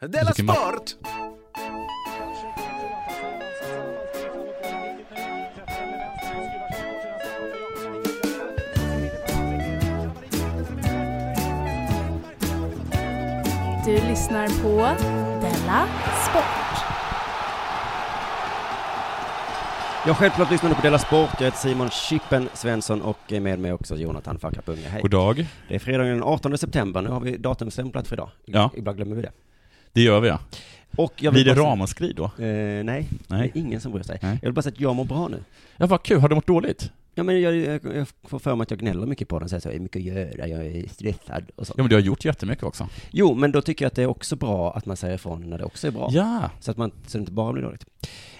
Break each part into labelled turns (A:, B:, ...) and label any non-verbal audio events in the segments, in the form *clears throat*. A: Della
B: Vilken ma-
A: Sport!
C: Du lyssnar på Della Sport.
D: Jag självklart lyssnar nu på Della Sport, jag heter Simon Chippen Svensson och är med mig också Jonathan Fackapunge. Hej.
B: God dag.
D: Det är fredagen den 18 september, nu har vi datumstämplat för idag.
B: Ja.
D: Ibland glömmer vi det.
B: Det gör vi ja.
D: Och jag
B: Blir det
D: bara-
B: ramaskri då?
D: Eh, nej,
B: Nej.
D: det är ingen som bryr sig.
B: Nej.
D: Jag vill bara säga att jag mår bra nu.
B: Ja, vad kul. Har du mått dåligt?
D: Ja men jag, jag, jag får för mig att jag gnäller mycket på den, säger så, jag är mycket att göra, jag är stressad och sånt.
B: Ja, men du har gjort jättemycket också.
D: Jo, men då tycker jag att det är också bra att man säger ifrån när det också är bra.
B: Ja.
D: Så att man, så det inte bara blir dåligt.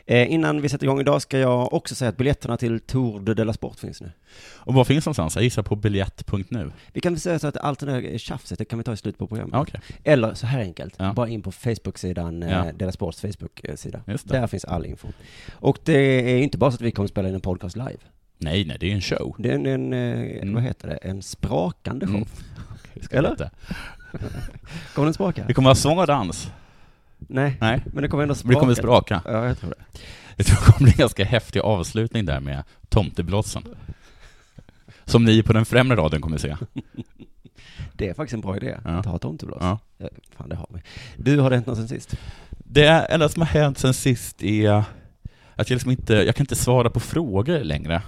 D: Eh, innan vi sätter igång idag ska jag också säga att biljetterna till Tour de Della Sport finns nu.
B: Och var finns de någonstans? Jag gissar på biljett.nu.
D: Vi kan väl säga så att allt det där tjafset, det kan vi ta i slutet på programmet.
B: Ja, Ah, okej.
D: Eller så här enkelt,
B: Ja.
D: bara in på Facebook-sidan,
B: Ja.
D: ja. Della Sports Facebook-sida.
B: Just det.
D: Där finns all info. Och det är ju inte bara så att vi kommer spela in en podcast live.
B: Nej, nej, det är ju en show.
D: Det är en, en eh,
B: Mm.
D: vad heter det, en sprakande show.
B: Mm. Det ska
D: Eller?
B: inte.
D: Kommer
B: *laughs*
D: den spraka?
B: Det kommer vara sång och dans.
D: Nej,
B: Nej,
D: men det kommer ändå spraka.
B: det kommer spraka.
D: Ja, jag
B: *laughs*
D: tror det.
B: Jag tror det kommer bli en ganska häftig avslutning där med tomteblossen. Som ni på den främre raden kommer se.
D: Det är faktiskt en bra idé,
B: Ja.
D: att ha tomteblås.
B: Ja.
D: Ja, Fan, det har vi. Du, har det hänt något sen sist?
B: Det enda som har hänt sen sist är att jag liksom inte, jag kan inte svara på frågor längre.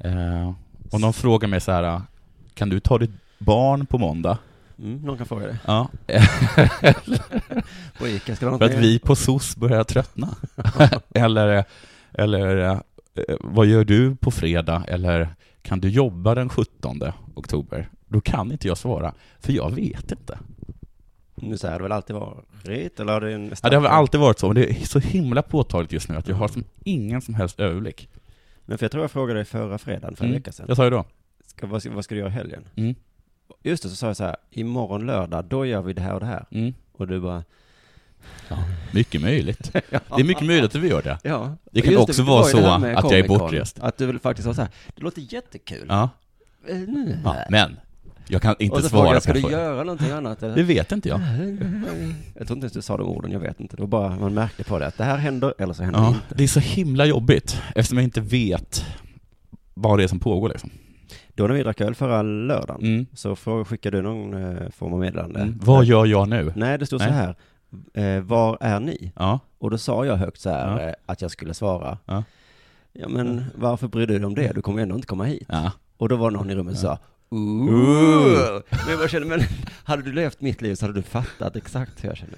B: Eh, om någon frågar mig så här, kan du ta ditt barn på måndag?
D: Mm, någon kan fråga det.
B: Ja.
D: På Ica, ska det vara
B: För
D: något
B: att
D: mer?
B: vi på SOS börjar tröttna. eller, eller eh, vad gör du på fredag? Eller kan du jobba den 17 oktober? Då kan inte jag svara, för jag vet inte.
D: Nu så här har det väl alltid varit, eller har det en
B: Ja, det har väl alltid varit så, men det är så himla påtagligt just nu att jag har som ingen som helst överblick.
D: Men för jag tror jag frågade dig förra fredagen, för en
B: Mm.
D: vecka sedan.
B: Jag sa ju då.
D: Ska, vad, ska, vad ska du göra i helgen?
B: Mm.
D: Just det, så sa jag så här, imorgon lördag, då gör vi det här och det här.
B: Mm.
D: Och du bara,
B: Ja, mycket
D: *laughs*
B: möjligt. Det är mycket möjligt att vi gör det.
D: ja.
B: Det kan
D: Just
B: också
D: det var
B: vara
D: ju det här
B: så
D: med
B: att jag är
D: Comic-Con.
B: bortrest.
D: Att du vill faktiskt ha så här, det låter jättekul.
B: Ja,
D: Eh, nu.
B: ja. Men jag kan
D: och
B: inte
D: så frågade
B: svara
D: jag, ska
B: på
D: du
B: frågan.
D: göra någonting annat?
B: Det vet inte jag.
D: Jag tror inte ens du sa de orden, jag vet inte. Det var bara, man märkte på det att det här händer, eller så händer det
B: Ja,
D: inte.
B: det är så himla jobbigt eftersom jag inte vet vad det är som pågår liksom.
D: Då när vi drack öl förra lördagen,
B: Mm.
D: så frågade- skickade du någon eh, form av meddelande.
B: Mm. Vad gör jag nu?
D: Nej, det stod så
B: Nej.
D: här, eh, var är ni?
B: Ja,
D: Och då sa jag högt så här,
B: Ja.
D: eh, att jag skulle svara.
B: Ja.
D: Ja men varför bryr du dig om det? Du kommer ju ändå inte komma hit.
B: ja.
D: Och då var det någon i rummet som sa Ooh.
B: Ooh.
D: Men jag bara kände, men hade du levt mitt liv så hade du fattat exakt hur jag känner.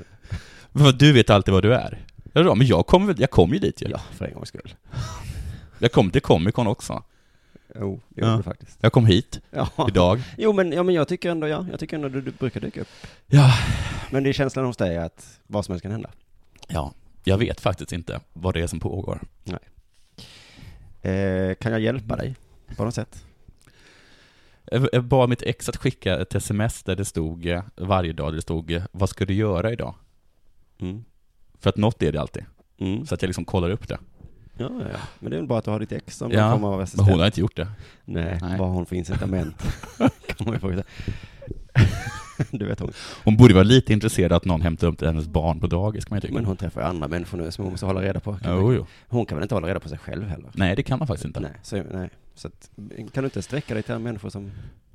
B: För du vet alltid vad du är. Ja, då, men jag kommer väl- jag kom ju dit ju.
D: Ja, för en gångs skull.
B: Jag kom till Comic Con också.
D: Jo, det
B: Ja.
D: gjorde du faktiskt.
B: Jag kom hit
D: Ja.
B: idag.
D: Jo men, ja, men jag tycker ändå, ja, jag tycker ändå du, du brukar dyka upp.
B: Ja.
D: Men det är känslan hos dig att vad som helst kan hända.
B: ja, jag vet faktiskt inte vad det är som pågår.
D: Eh, kan jag hjälpa dig på något sätt?
B: Jag jag bad mitt ex att skicka ett sms där det stod eh, varje dag, där det stod eh, vad ska du göra idag?
D: Mm.
B: För att något är det alltid.
D: Mm.
B: Så att jag liksom kollar upp det.
D: Ja, ja, ja. Men det är väl bra att du har ditt ex som
B: Ja,
D: ja. form av
B: Men
D: assistent.
B: hon har inte gjort det.
D: Nej,
B: Nej.
D: vad har hon för incitament?
B: *laughs*
D: kan man ju fråga sig. *laughs* Du vet hon.
B: Hon borde vara lite intresserad av att någon hämtar upp hennes barn på dagis kan man ju tycka.
D: Men hon träffar ju andra människor nu som hon måste hålla reda på. Kan
B: Ja,
D: man-
B: jo, jo.
D: Hon kan väl inte hålla reda på sig själv heller?
B: Nej, det kan man faktiskt inte.
D: Nej, så, nej. så att, kan du inte sträcka dig till människor som...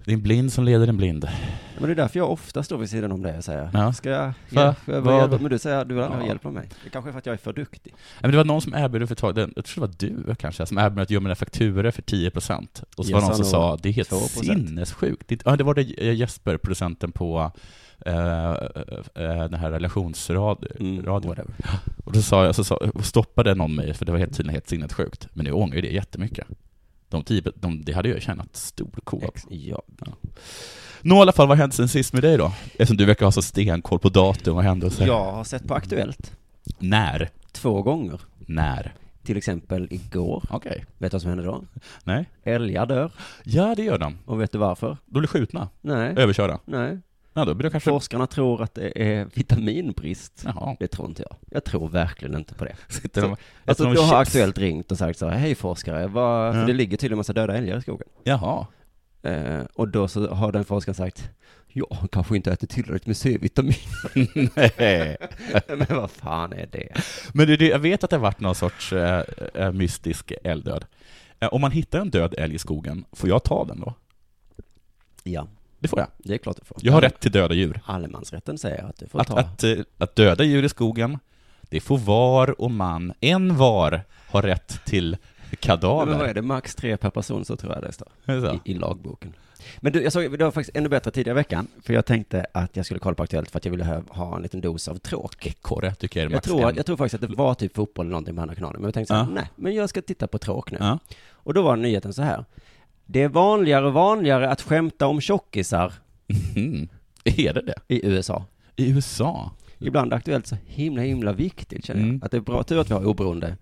B: Det är en blind som leder en blind.
D: Men det är därför jag ofta står vid sidan om dig och säger,
B: Ja.
D: ska jag
B: Va?
D: hjälpa?
B: Vad?
D: Vad? Men du säger, du vill aldrig
B: Ja.
D: ha hjälp av mig. Det kanske är för att jag är för duktig.
B: Nej, Men det var någon som erbjöd för ett tag, jag tror det var du kanske, som erbjöd att göra mina fakturer för 10% Och så
D: Jag
B: var det någon
D: sa
B: som
D: nog
B: sa, det är helt
D: 2%.
B: sinnessjukt. Det, ja, det var det eh, Jesper, producenten på eh, eh, den här relationsradion.
D: Mm, whatever.
B: Och då sa jag, så sa, stoppade någon mig, för det var helt, tydligen helt sinnessjukt. Men nu ångrar ju det jättemycket. De 10, de, det hade jag tjänat stor koa på.
D: Ex- ja.
B: Nå i alla fall, vad har hänt sen sist med dig då? Eftersom du verkar ha så stenkoll på datum och händelser.
D: Jag har sett på Aktuellt
B: När?
D: två gånger.
B: När?
D: Till exempel igår.
B: Okej.
D: Vet du vad som hände då?
B: Nej.
D: Älgar dör.
B: Ja, det gör de.
D: Och vet du varför?
B: De blir skjutna,
D: Nej.
B: överkörda.
D: Nej.
B: Ja, då blir de kanske...
D: Forskarna tror att det är vitaminbrist.
B: Jaha.
D: Det tror inte jag. Jag tror verkligen inte på det.
B: Sitter de...
D: Alltså,
B: äter de
D: då har
B: chips? *laughs*
D: Aktuellt ringt och sagt så här, hej forskare, vad, Alltså, för
B: Ja.
D: det ligger tydligen massa döda älgar i skogen.
B: Jaha.
D: Eh, och då så har den forskaren sagt, Jag har kanske inte ätit tillräckligt med C-vitamin. *laughs*
B: Nej.
D: Men vad fan är det?
B: Men det, det, jag vet att det har varit någon sorts eh, eh, mystisk älgdöd. Eh, om man hittar en död älg i skogen, får jag ta den då?
D: Ja,
B: Det får jag.
D: det är klart du får.
B: Jag har rätt till döda djur.
D: Allemansrätten säger att du får
B: Att,
D: ta.
B: att, eh, att döda djur i skogen, det får var och man, en var, har rätt till
D: Nej, men vad
B: kadaver.
D: är det, max tre per person så tror jag det står.
B: Så.
D: I, I lagboken. Men du, jag såg, det var faktiskt ännu bättre tidigare i veckan, för jag tänkte att jag skulle kolla på Aktuellt för att jag ville ha, ha en liten dos av tråk.
B: Ekorre tycker jag är
D: Jag
B: max
D: tror,
B: en.
D: att- jag tror faktiskt att det var typ fotboll eller någonting på den här kanalen, men jag tänkte så här,
B: Ja.
D: nej, men jag ska titta på tråk nu.
B: Ja.
D: Och då var nyheten så här. Det är vanligare och vanligare att skämta om tjockisar
B: Mhm. Är det det?
D: i USA.
B: I USA?
D: Ibland Aktuellt så himla, himla viktigt känner jag.
B: Mm.
D: Att det är bra tur att vi har oberoende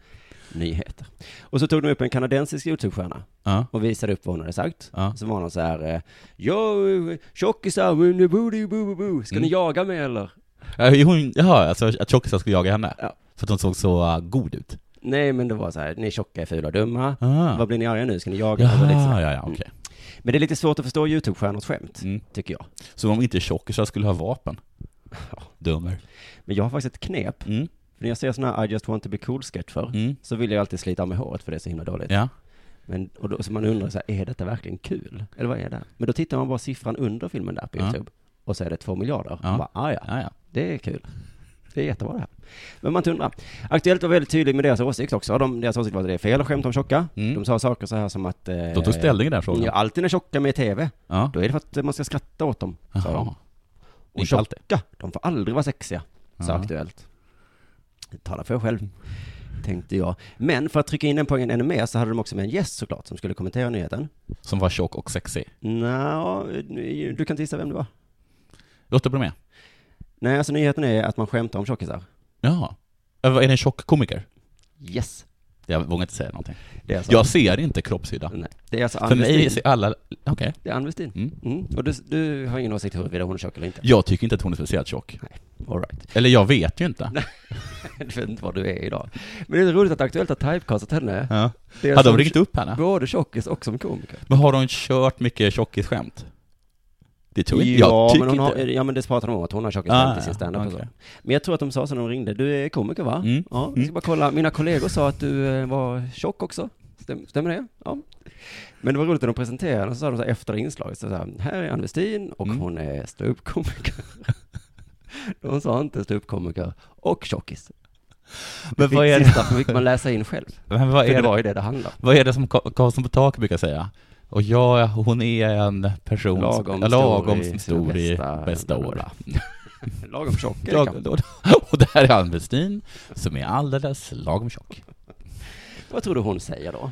D: nyheter. Och så tog de upp en kanadensisk YouTube-stjärna
B: Ja.
D: och visade upp vad hon hade sagt.
B: Ja.
D: Så var någon så här, eh, Yo, tjockisar, men nu boo, doo, boo, boo, boo. ska
B: Mm.
D: ni jaga mig eller?
B: Ja, är Hon, jaha, alltså att tjockisar skulle jaga henne?
D: Ja.
B: För att hon såg så eh, god ut?
D: Nej, men det var så här, ni är tjocka är fula och dumma.
B: Ah.
D: Vad blir ni arga nu? Ska ni jaga? liksom. Det var lite så
B: Jaha,
D: här.
B: ja, ja, okej.
D: Men det är lite svårt att förstå YouTube-stjärnors skämt,
B: Mm.
D: tycker jag.
B: Som om inte tjockisar skulle ha vapen.
D: Ja.
B: Dummer.
D: Men jag har faktiskt ett knep.
B: Mm.
D: För när jag ser sådana här I just want to be cool-sketcher,
B: Mm.
D: så vill jag alltid slita av mig håret för det är så himla dåligt.
B: Ja.
D: Men, och då, så man undrar så här, är detta verkligen kul? Eller vad är det? Men då tittar man bara siffran under filmen där på
B: Ja.
D: YouTube. Och så är det två miljarder.
B: Ja.
D: Man bara, ah, ja,
B: Ja, ja.
D: det är kul. Det är jättebra det här. Men man tundrar. Aktuellt var väldigt tydlig med deras åsikt också. De, deras åsikt var att det är fel att skämta om tjocka.
B: Mm.
D: De sa saker så här som att... Eh,
B: De tog ställning i den frågan.
D: Ja, alltid när tjocka är med i TV,
B: Ja.
D: då är det för att man ska skratta åt dem, sa de.
B: Jaha.
D: Och
B: Inte alltid.
D: tjocka, de får aldrig vara sexiga, sa
B: Ja.
D: Aktuellt. Tala för er själv, tänkte jag. Men för att trycka in den poängen ännu mer så hade de också med en gäst såklart, som skulle kommentera nyheten.
B: Som var tjock och sexig.
D: Nå, du kan inte gissa vem det var.
B: Låter bra med.
D: Nej, alltså nyheten är att man skämtar om tjockisar.
B: Jaha. Äh, vad, Är det en tjock komiker?
D: Yes.
B: Jag vågar inte säga någonting.
D: Det är alltså,
B: Jag ser inte kroppshydda.
D: Nej, det är alltså
B: För
D: Ann
B: mig
D: Westin.
B: ser alla... Okej.
D: Det är Ann Westin.
B: Mm.
D: Mm. Och du, du har ingen åsikt huruvida hon är tjock eller inte.
B: Jag tycker inte att hon är speciellt tjock.
D: All right. *laughs*
B: Eller jag vet ju inte.
D: Du vet inte vad du är idag. Men det är roligt att Aktuellt har typecastat henne.
B: Ja.
D: Det är
B: Hade
D: som
B: de ringt upp henne?
D: Både tjockis och som komiker.
B: Men har de kört mycket tjockisskämt? Det tror jag inte.
D: ja,
B: Jag tycker
D: men hon har,
B: inte...
D: ja, men det pratar de om, att hon har tjocka
B: Ah,
D: skämt i sin standup och
B: okej.
D: så. Men jag tror att de sa så när de ringde, du är komiker va?
B: Mm.
D: Ja, vi ska bara kolla, mina kollegor sa att du eh, var tjock också. Stäm, stämmer det? Ja. Men det var roligt när de presenterade, och så sa de så här efter inslaget, så här, här är Ann Westin och
B: Mm.
D: hon är ståuppkomiker. *laughs* de sa inte ståuppkomiker och tjockis.
B: Men
D: Fick
B: vad är det,
D: sista fick man läsa in själv.
B: men vad
D: För det
B: är det,
D: var ju det det handlade om.
B: vad är det som Ka- Karlsson på tak brukar säga? Och jag, hon är en person...
D: Lagom
B: ja, lagom
D: stor i
B: stor,
D: sina
B: i
D: bästa-
B: bästa, år.
D: Lagom tjock är det kanske.
B: Jag, och, och där är Ann Westin, som är alldeles lagom tjock.
D: Vad tror du hon säger då?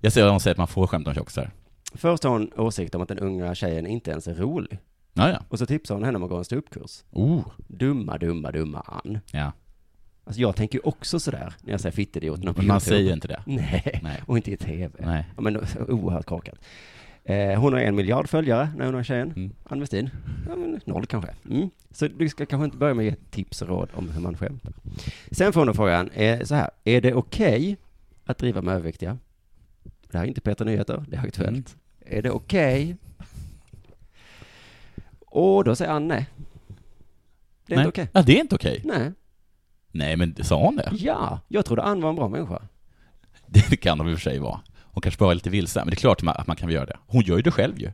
B: Jag säger hon säger att man får skämta om tjockisar.
D: Först har hon åsikt om att den unga tjejen inte ens är rolig.
B: Ja, ja.
D: Och så tipsar hon henne om att gå en ståuppkurs.
B: Oh.
D: Dumma, dumma, dumma Ann.
B: Ja.
D: Alltså jag tänker ju också sådär när jag säger fittidioterna på
B: Men man
D: YouTube.
B: säger inte det.
D: *laughs* Nej,
B: Nej.
D: och inte i TV.
B: Nej.
D: Ja, men *laughs* oerhört korkat. Eh, hon har en miljard följare, när hon har tjejen.
B: Mm.
D: Ann Westin. Ja, men noll kanske. Mm. Så du ska kanske inte börja med att ge tips och råd om hur man skämtar. Sen får hon då frågan, eh, så här, är det okej att driva med överviktiga? Det här är inte Peter Nyheter, det är Aktuellt.
B: Mm.
D: Är det okej? Och då säger Ann nej. Det är
B: Nej.
D: inte okej.
B: Ja, det är inte okej.
D: Nej.
B: Nej, men sa hon det?
D: Ja, jag trodde Ann var en bra människa.
B: *laughs* Det kan de i och för sig vara. Hon kanske bara är lite vilsen, men det är klart att man- att man kan göra det. Hon gör ju det själv ju.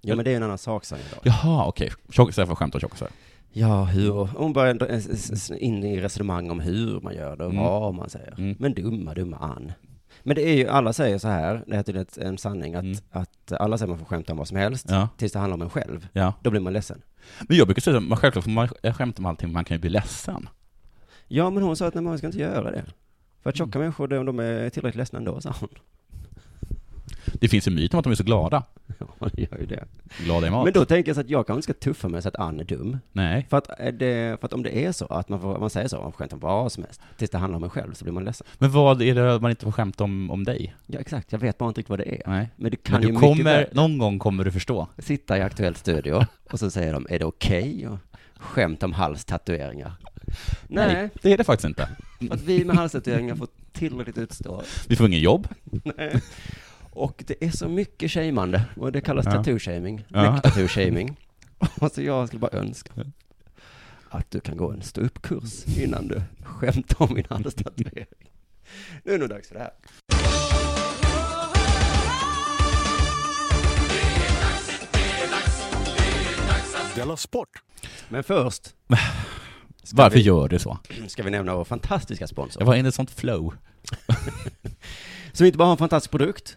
D: Ja, men det är en annan sak sen idag.
B: Jaha, okej. Tjockisar får skämta om tjockisar.
D: Ja, hur? Hon börjar ändå eh, s- s- s- in i resonemang om hur man gör det och
B: Mm.
D: vad man säger.
B: Mm.
D: Men dumma, dumma Ann. Men det är ju, alla säger så här, det är tydligen ett- en sanning att,
B: Mm.
D: att alla säger man får skämta om vad som helst,
B: Ja,
D: tills det handlar om en själv.
B: ja.
D: Då blir man ledsen.
B: Men jag brukar säga att man självklart får man skämta om allting, men man kan ju bli ledsen.
D: Ja, men hon sa att nej, man ska inte göra det. För att
B: Mm.
D: tjocka människor, de, de är tillräckligt ledsna ändå, sa hon. *laughs*
B: Det finns ju myten om att de är så glada.
D: Ja, det gör ju det.
B: Glada i mat.
D: Men då tänker jag så att jag kanske inte ska tuffa mig så att Ann är dum.
B: Nej.
D: För att, är det, för att om det är så, att man, får, man säger så, man får skämta om vad som helst, tills det handlar om en själv så blir man ledsen.
B: Men vad är det man inte får skämta om, om dig?
D: Ja, exakt. Jag vet bara inte riktigt vad det är.
B: Nej.
D: Men det kan
B: Men du
D: ju mycket
B: kommer,
D: väl
B: någon gång kommer du förstå.
D: sitta i
B: *laughs*
D: Aktuell studio och så säger de, är det okej att skämta om halstatueringar? Nej,
B: Det är det faktiskt inte.
D: för att vi med halstatueringar får tillräckligt utstå.
B: Vi får ingen jobb.
D: Och det är så mycket shameande, och det kallas
B: Ja.
D: tattoo-shaming,
B: Ja. *laughs*
D: neck-tattoo-shaming. Alltså jag skulle bara önska att du kan gå en ståuppkurs innan du skämtar om min halstatuering. Nu är det nog dags för det här.
A: Della Sport!
D: Men först
B: Varför
D: vi-
B: gör du så?
D: ska vi nämna vår fantastiska sponsor.
B: Jag var inne i ett sånt flow.
D: Som inte bara har en fantastisk produkt,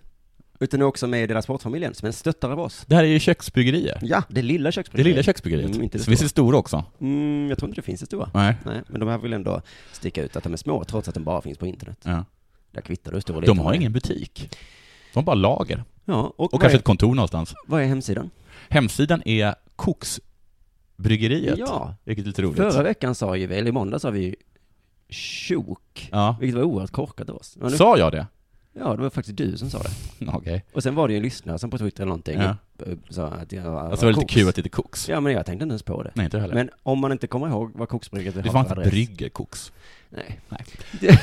D: utan är också med i deras sportfamiljen, som en stöttare av oss.
B: Det här är ju köksbyggerier.
D: Ja, det lilla
B: Det
D: köksbryggeriet.
B: lilla köksbyggeriet.
D: Mm, inte det
B: Så finns
D: stora.
B: det stora också?
D: Mm, jag tror inte det finns det stora.
B: Nej.
D: Nej, men de här vill ändå sticka ut att de är små, trots att de bara finns på internet.
B: Ja.
D: Där kvittar du stor och
B: De
D: liten.
B: har ingen butik. De har bara lager.
D: Ja, och,
B: Och
D: vad,
B: kanske
D: är,
B: ett kontor någonstans.
D: vad är hemsidan?
B: Hemsidan är koksbryggeriet.
D: Ja.
B: Vilket är lite roligt.
D: Förra veckan sa ju vi, eller i måndag sa vi ju tjok,
B: Ja.
D: vilket var oerhört korkat av oss. Men nu,
B: Sa jag det? *laughs*
D: ja, det var faktiskt du som sa det.
B: Okej.
D: Och sen var det ju en lyssnare som på Twitter eller någonting
B: Ja.
D: eh, sa att jag var
B: Alltså det var lite
D: koks.
B: kul att det heter koks.
D: Ja, men jag tänkte inte ens på det.
B: Nej, inte jag heller.
D: Men om man inte kommer ihåg vad koksbryggeriet har
B: det fanns
D: för
B: inte
D: adress-
B: brygger koks.
D: Nej.
B: Nej.
D: Det,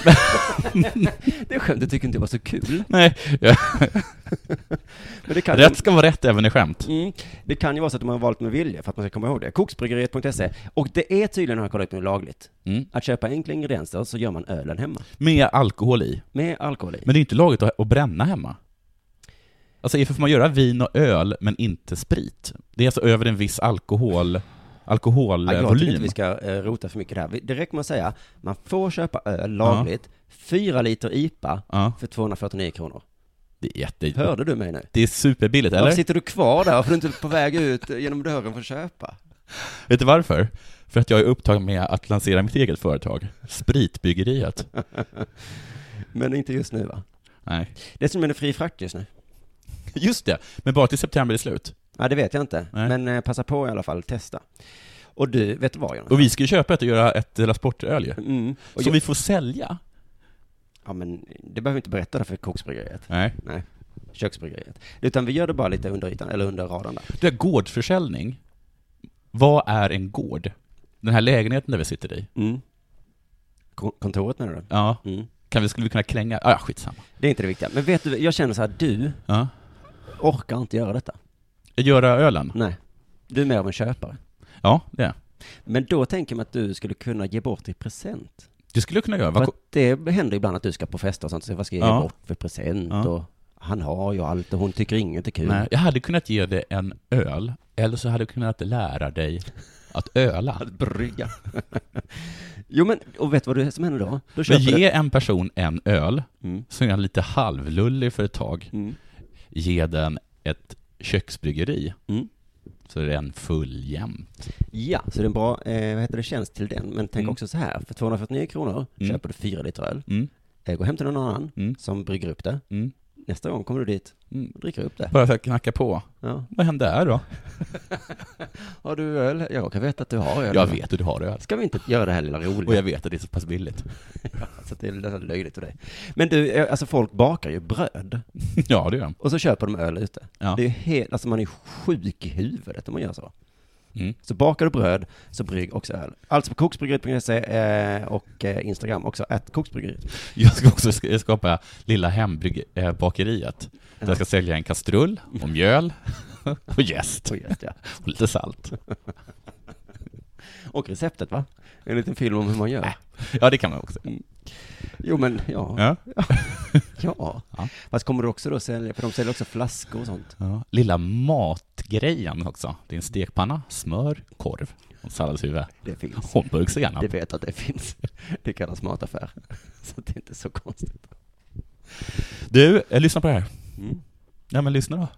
D: *laughs* det skämtet tycker inte jag var så kul.
B: Nej, *laughs*
D: Men det kan,
B: rätt ska vara rätt även i skämt.
D: Mm. Det kan ju vara så att de har valt med vilja för att man ska komma ihåg det. Koksbryggeriet.se. E. Och det är tydligen, har jag kollat upp nu, lagligt.
B: Mm.
D: Att köpa enkla ingredienser så gör man ölen hemma.
B: Med alkohol i.
D: Med alkohol i.
B: Men det är inte lagligt att, att bränna hemma. Alltså ifall får man göra vin och öl, men inte sprit? Det är alltså över en viss alkohol,
D: Ja, jag tycker
B: alkoholvolym.
D: inte vi ska eh, rota för mycket där. Vi- Det räcker med att säga, man får köpa öl lagligt, fyra liter IPA
B: Ja,
D: för 249 kronor.
B: det är jätte...
D: Hörde du mig nu?
B: Det är superbilligt, eller?
D: Varför sitter du kvar där? Varför är du inte på väg ut eh, genom dörren för att köpa?
B: Vet du varför? För att jag är upptagen med att lansera mitt eget företag, Spritbyggeriet.
D: Men inte just nu va?
B: Nej.
D: Dessutom är det fri frakt just nu.
B: Just det, men bara till september är slut.
D: Ja, det vet jag inte.
B: Nej.
D: Men eh, passa på i alla fall, testa. Och du, vet du vad Jonas?
B: Och vi ska ju köpa ett och göra ett La Sportöl ju.
D: Mm. Och
B: Som
D: jag,
B: vi får sälja.
D: Ja, men det behöver vi inte berätta där för koksbryggeriet.
B: Nej.
D: Nej, köksbryggeriet. Utan vi gör det bara lite under ytan, eller under radarn där.
B: Du, gårdsförsäljning. Vad är en gård? Den här lägenheten där vi sitter i.
D: Mm. Ko- Kontoret menar du?
B: Ja.
D: Mm.
B: Kan vi, skulle vi kunna kränga? Ah, ja, skitsamma.
D: Det är inte det viktiga. Men vet du, jag känner så här, du
B: Ja.
D: orkar inte göra detta.
B: Göra ölen?
D: Nej. Du är mer av en köpare.
B: Ja, det. är.
D: Men då tänker man att du skulle kunna ge bort i present.
B: Det skulle jag kunna göra.
D: För
B: Vad,
D: att det händer ibland att du ska på fester och sånt, så vad ska jag ge
B: Ja.
D: bort för present?
B: Ja.
D: Och han har ju allt och hon tycker inget är kul.
B: nej, jag hade kunnat ge dig en öl, eller så hade jag kunnat lära dig att öla.
D: Att brygga. *laughs* jo men, och vet du vad det är som händer då? Då
B: Men
D: köper
B: ge en person en öl,
D: du. Mm.
B: så är han lite halvlullig för ett tag.
D: Mm.
B: Ge den ett köksbryggeri,
D: Mm.
B: så är den full jämt.
D: Ja, så det är en bra, eh, vad heter det, tjänst till den. Men tänk
B: Mm.
D: också så här, för 249 kronor
B: Mm.
D: köper du fyra liter öl.
B: Mm.
D: Eh, Gå hem till någon annan
B: Mm.
D: som brygger upp det.
B: Mm.
D: Nästa gång kommer du dit
B: Mm.
D: och dricker upp det.
B: Bara för att knacka på.
D: Ja.
B: Vad hände här då?
D: Har du öl? Jag råkar veta att du har öl.
B: Jag vet hur du har öl.
D: Ska vi inte göra det här lilla
B: Och
D: roliga?
B: jag vet att det är så pass billigt. *laughs*
D: Så att det är lite löjligt för dig. Men du, eh, alltså folk bakar ju bröd
B: Ja, det gör de.
D: och så köper de öl ute.
B: Ja.
D: Det är ju helt, alltså man är sjuk i huvudet om man gör så.
B: Mm.
D: Så bakar du bröd, så brygg också öl. Alltså på koksbryggeriet.se eh, och eh, Instagram också, att koksbryggeriet.
B: Jag ska också sk- skapa lilla hembakeriet. Där
D: *laughs*
B: jag ska sälja en kastrull och mjöl och jäst
D: Och, just, ja.
B: och lite salt.
D: och receptet va? En liten film om hur man gör.
B: Ja, det kan man också.
D: Jo men ja,
B: Äh. Ja.
D: ja.
B: Ja.
D: Fast kommer du också då sälja, för de säljer också flaskor och sånt.
B: Ja. Lilla matgrejen också. Det är en stekpanna, smör, korv och salladshuvud.
D: Det finns.
B: Och en burk senap.
D: Det vet att det finns. *laughs* Det kallas mataffär. *laughs* Så det är inte så konstigt.
B: Du, eh, lyssna på det här.
D: Mm.
B: Ja, men lyssna då.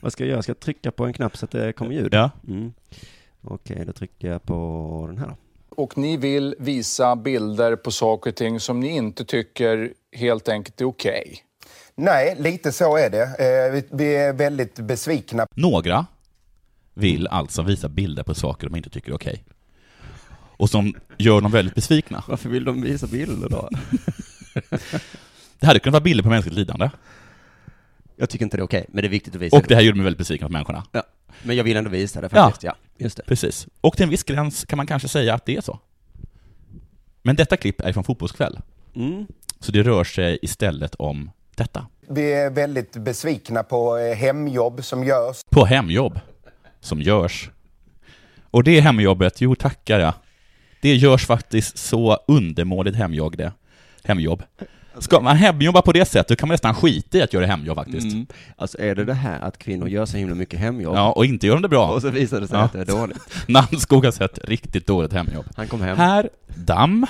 D: Vad ska jag göra? Jag ska trycka på en knapp så att det kommer ljud.
B: Ja.
D: Mm. Okej, då trycker jag på den här då.
E: och ni vill visa bilder på saker och ting som ni inte tycker helt enkelt är okej.
F: Nej, lite så är det. Eh, vi- Vi är väldigt besvikna
B: Några vill alltså visa bilder på saker de inte tycker är okej. Och som gör dem väldigt besvikna.
D: Varför vill de visa bilder då?
B: Det hade kunnat vara bilder på mänskligt lidande.
D: *laughs* Jag tycker inte det är okej, men det är viktigt att visa
B: Och det här gjorde mig väldigt besviken på människorna.
D: Ja, men jag vill ändå visa det faktiskt. Ja, just det.
B: Precis. Och till en viss gräns kan man kanske säga att det är så. Men detta klipp är från Fotbollskväll.
D: Mm.
B: Så det rör sig istället om detta.
F: Vi är väldigt besvikna på eh, hemjobb som görs.
B: På hemjobb. som görs. Och det hemjobbet, jo tackar jag. Det görs faktiskt så undermåligt hemjobb det. Hemjobb. Ska man hemjobba på det sättet, då kan man nästan skita i att göra hemjobb faktiskt.
D: Alltså är det det här att kvinnor gör så himla mycket hemjobb?
B: Ja, och inte gör de det bra.
D: Och så visar det sig
B: Ja.
D: att det är dåligt.
B: Namnskog har sett riktigt dåligt hemjobb.
D: Han kom hem.
B: Här, damm.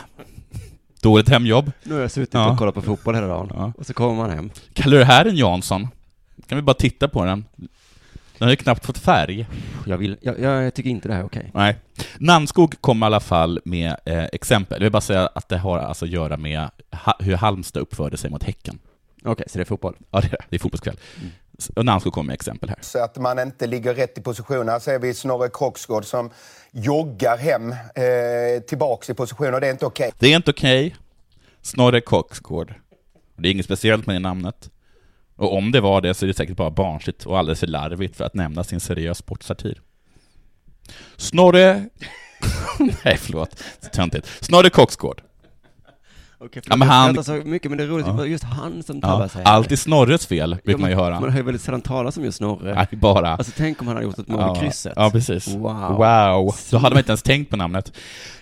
B: Dåligt hemjobb.
D: Nu har jag suttit
B: Ja.
D: och kollat på fotboll hela dagen.
B: Ja.
D: Och så kommer man hem.
B: Kallar du det här en Jansson? Kan vi bara titta på den? Den har ju knappt fått färg.
D: Jag, vill, jag, jag tycker inte det här är okej.
B: Nej. Namnskog kom i alla fall med eh, exempel. Jag vill bara säga att det har alltså att göra med ha- hur Halmstad uppförde sig mot Häcken.
D: Okej, så det är fotboll.
B: Ja, det är, det. det är fotbollskväll. S- Och Namnskog kom med exempel här.
F: Så att man inte ligger rätt i position. Här ser vi Snorre Kroksgård som joggar hem eh, tillbaks i position och det är inte okej.
B: Det är inte okej. Snorre Koksgård. Det är inget speciellt med det namnet. Och om det var det så är det säkert bara barnsligt och alldeles för larvigt för att nämna sin seriös sportsatir. Snorre... *laughs* Nej, förlåt. Så Töntigt. Snorre Koksgård.
D: Okay,
B: Ja, men
D: jag
B: han-
D: skrattar så mycket, men det är roligt, det är just han som tabbar
B: Ja,
D: sig.
B: allt är Snorres fel, brukar man ju höra.
D: Man hör ju väldigt sällan talas om just Snorre.
B: Nej, bara.
D: Alltså tänk om han hade gjort ett mål i krysset.
B: Ja, precis.
D: Wow.
B: wow. Då hade man inte ens tänkt på namnet.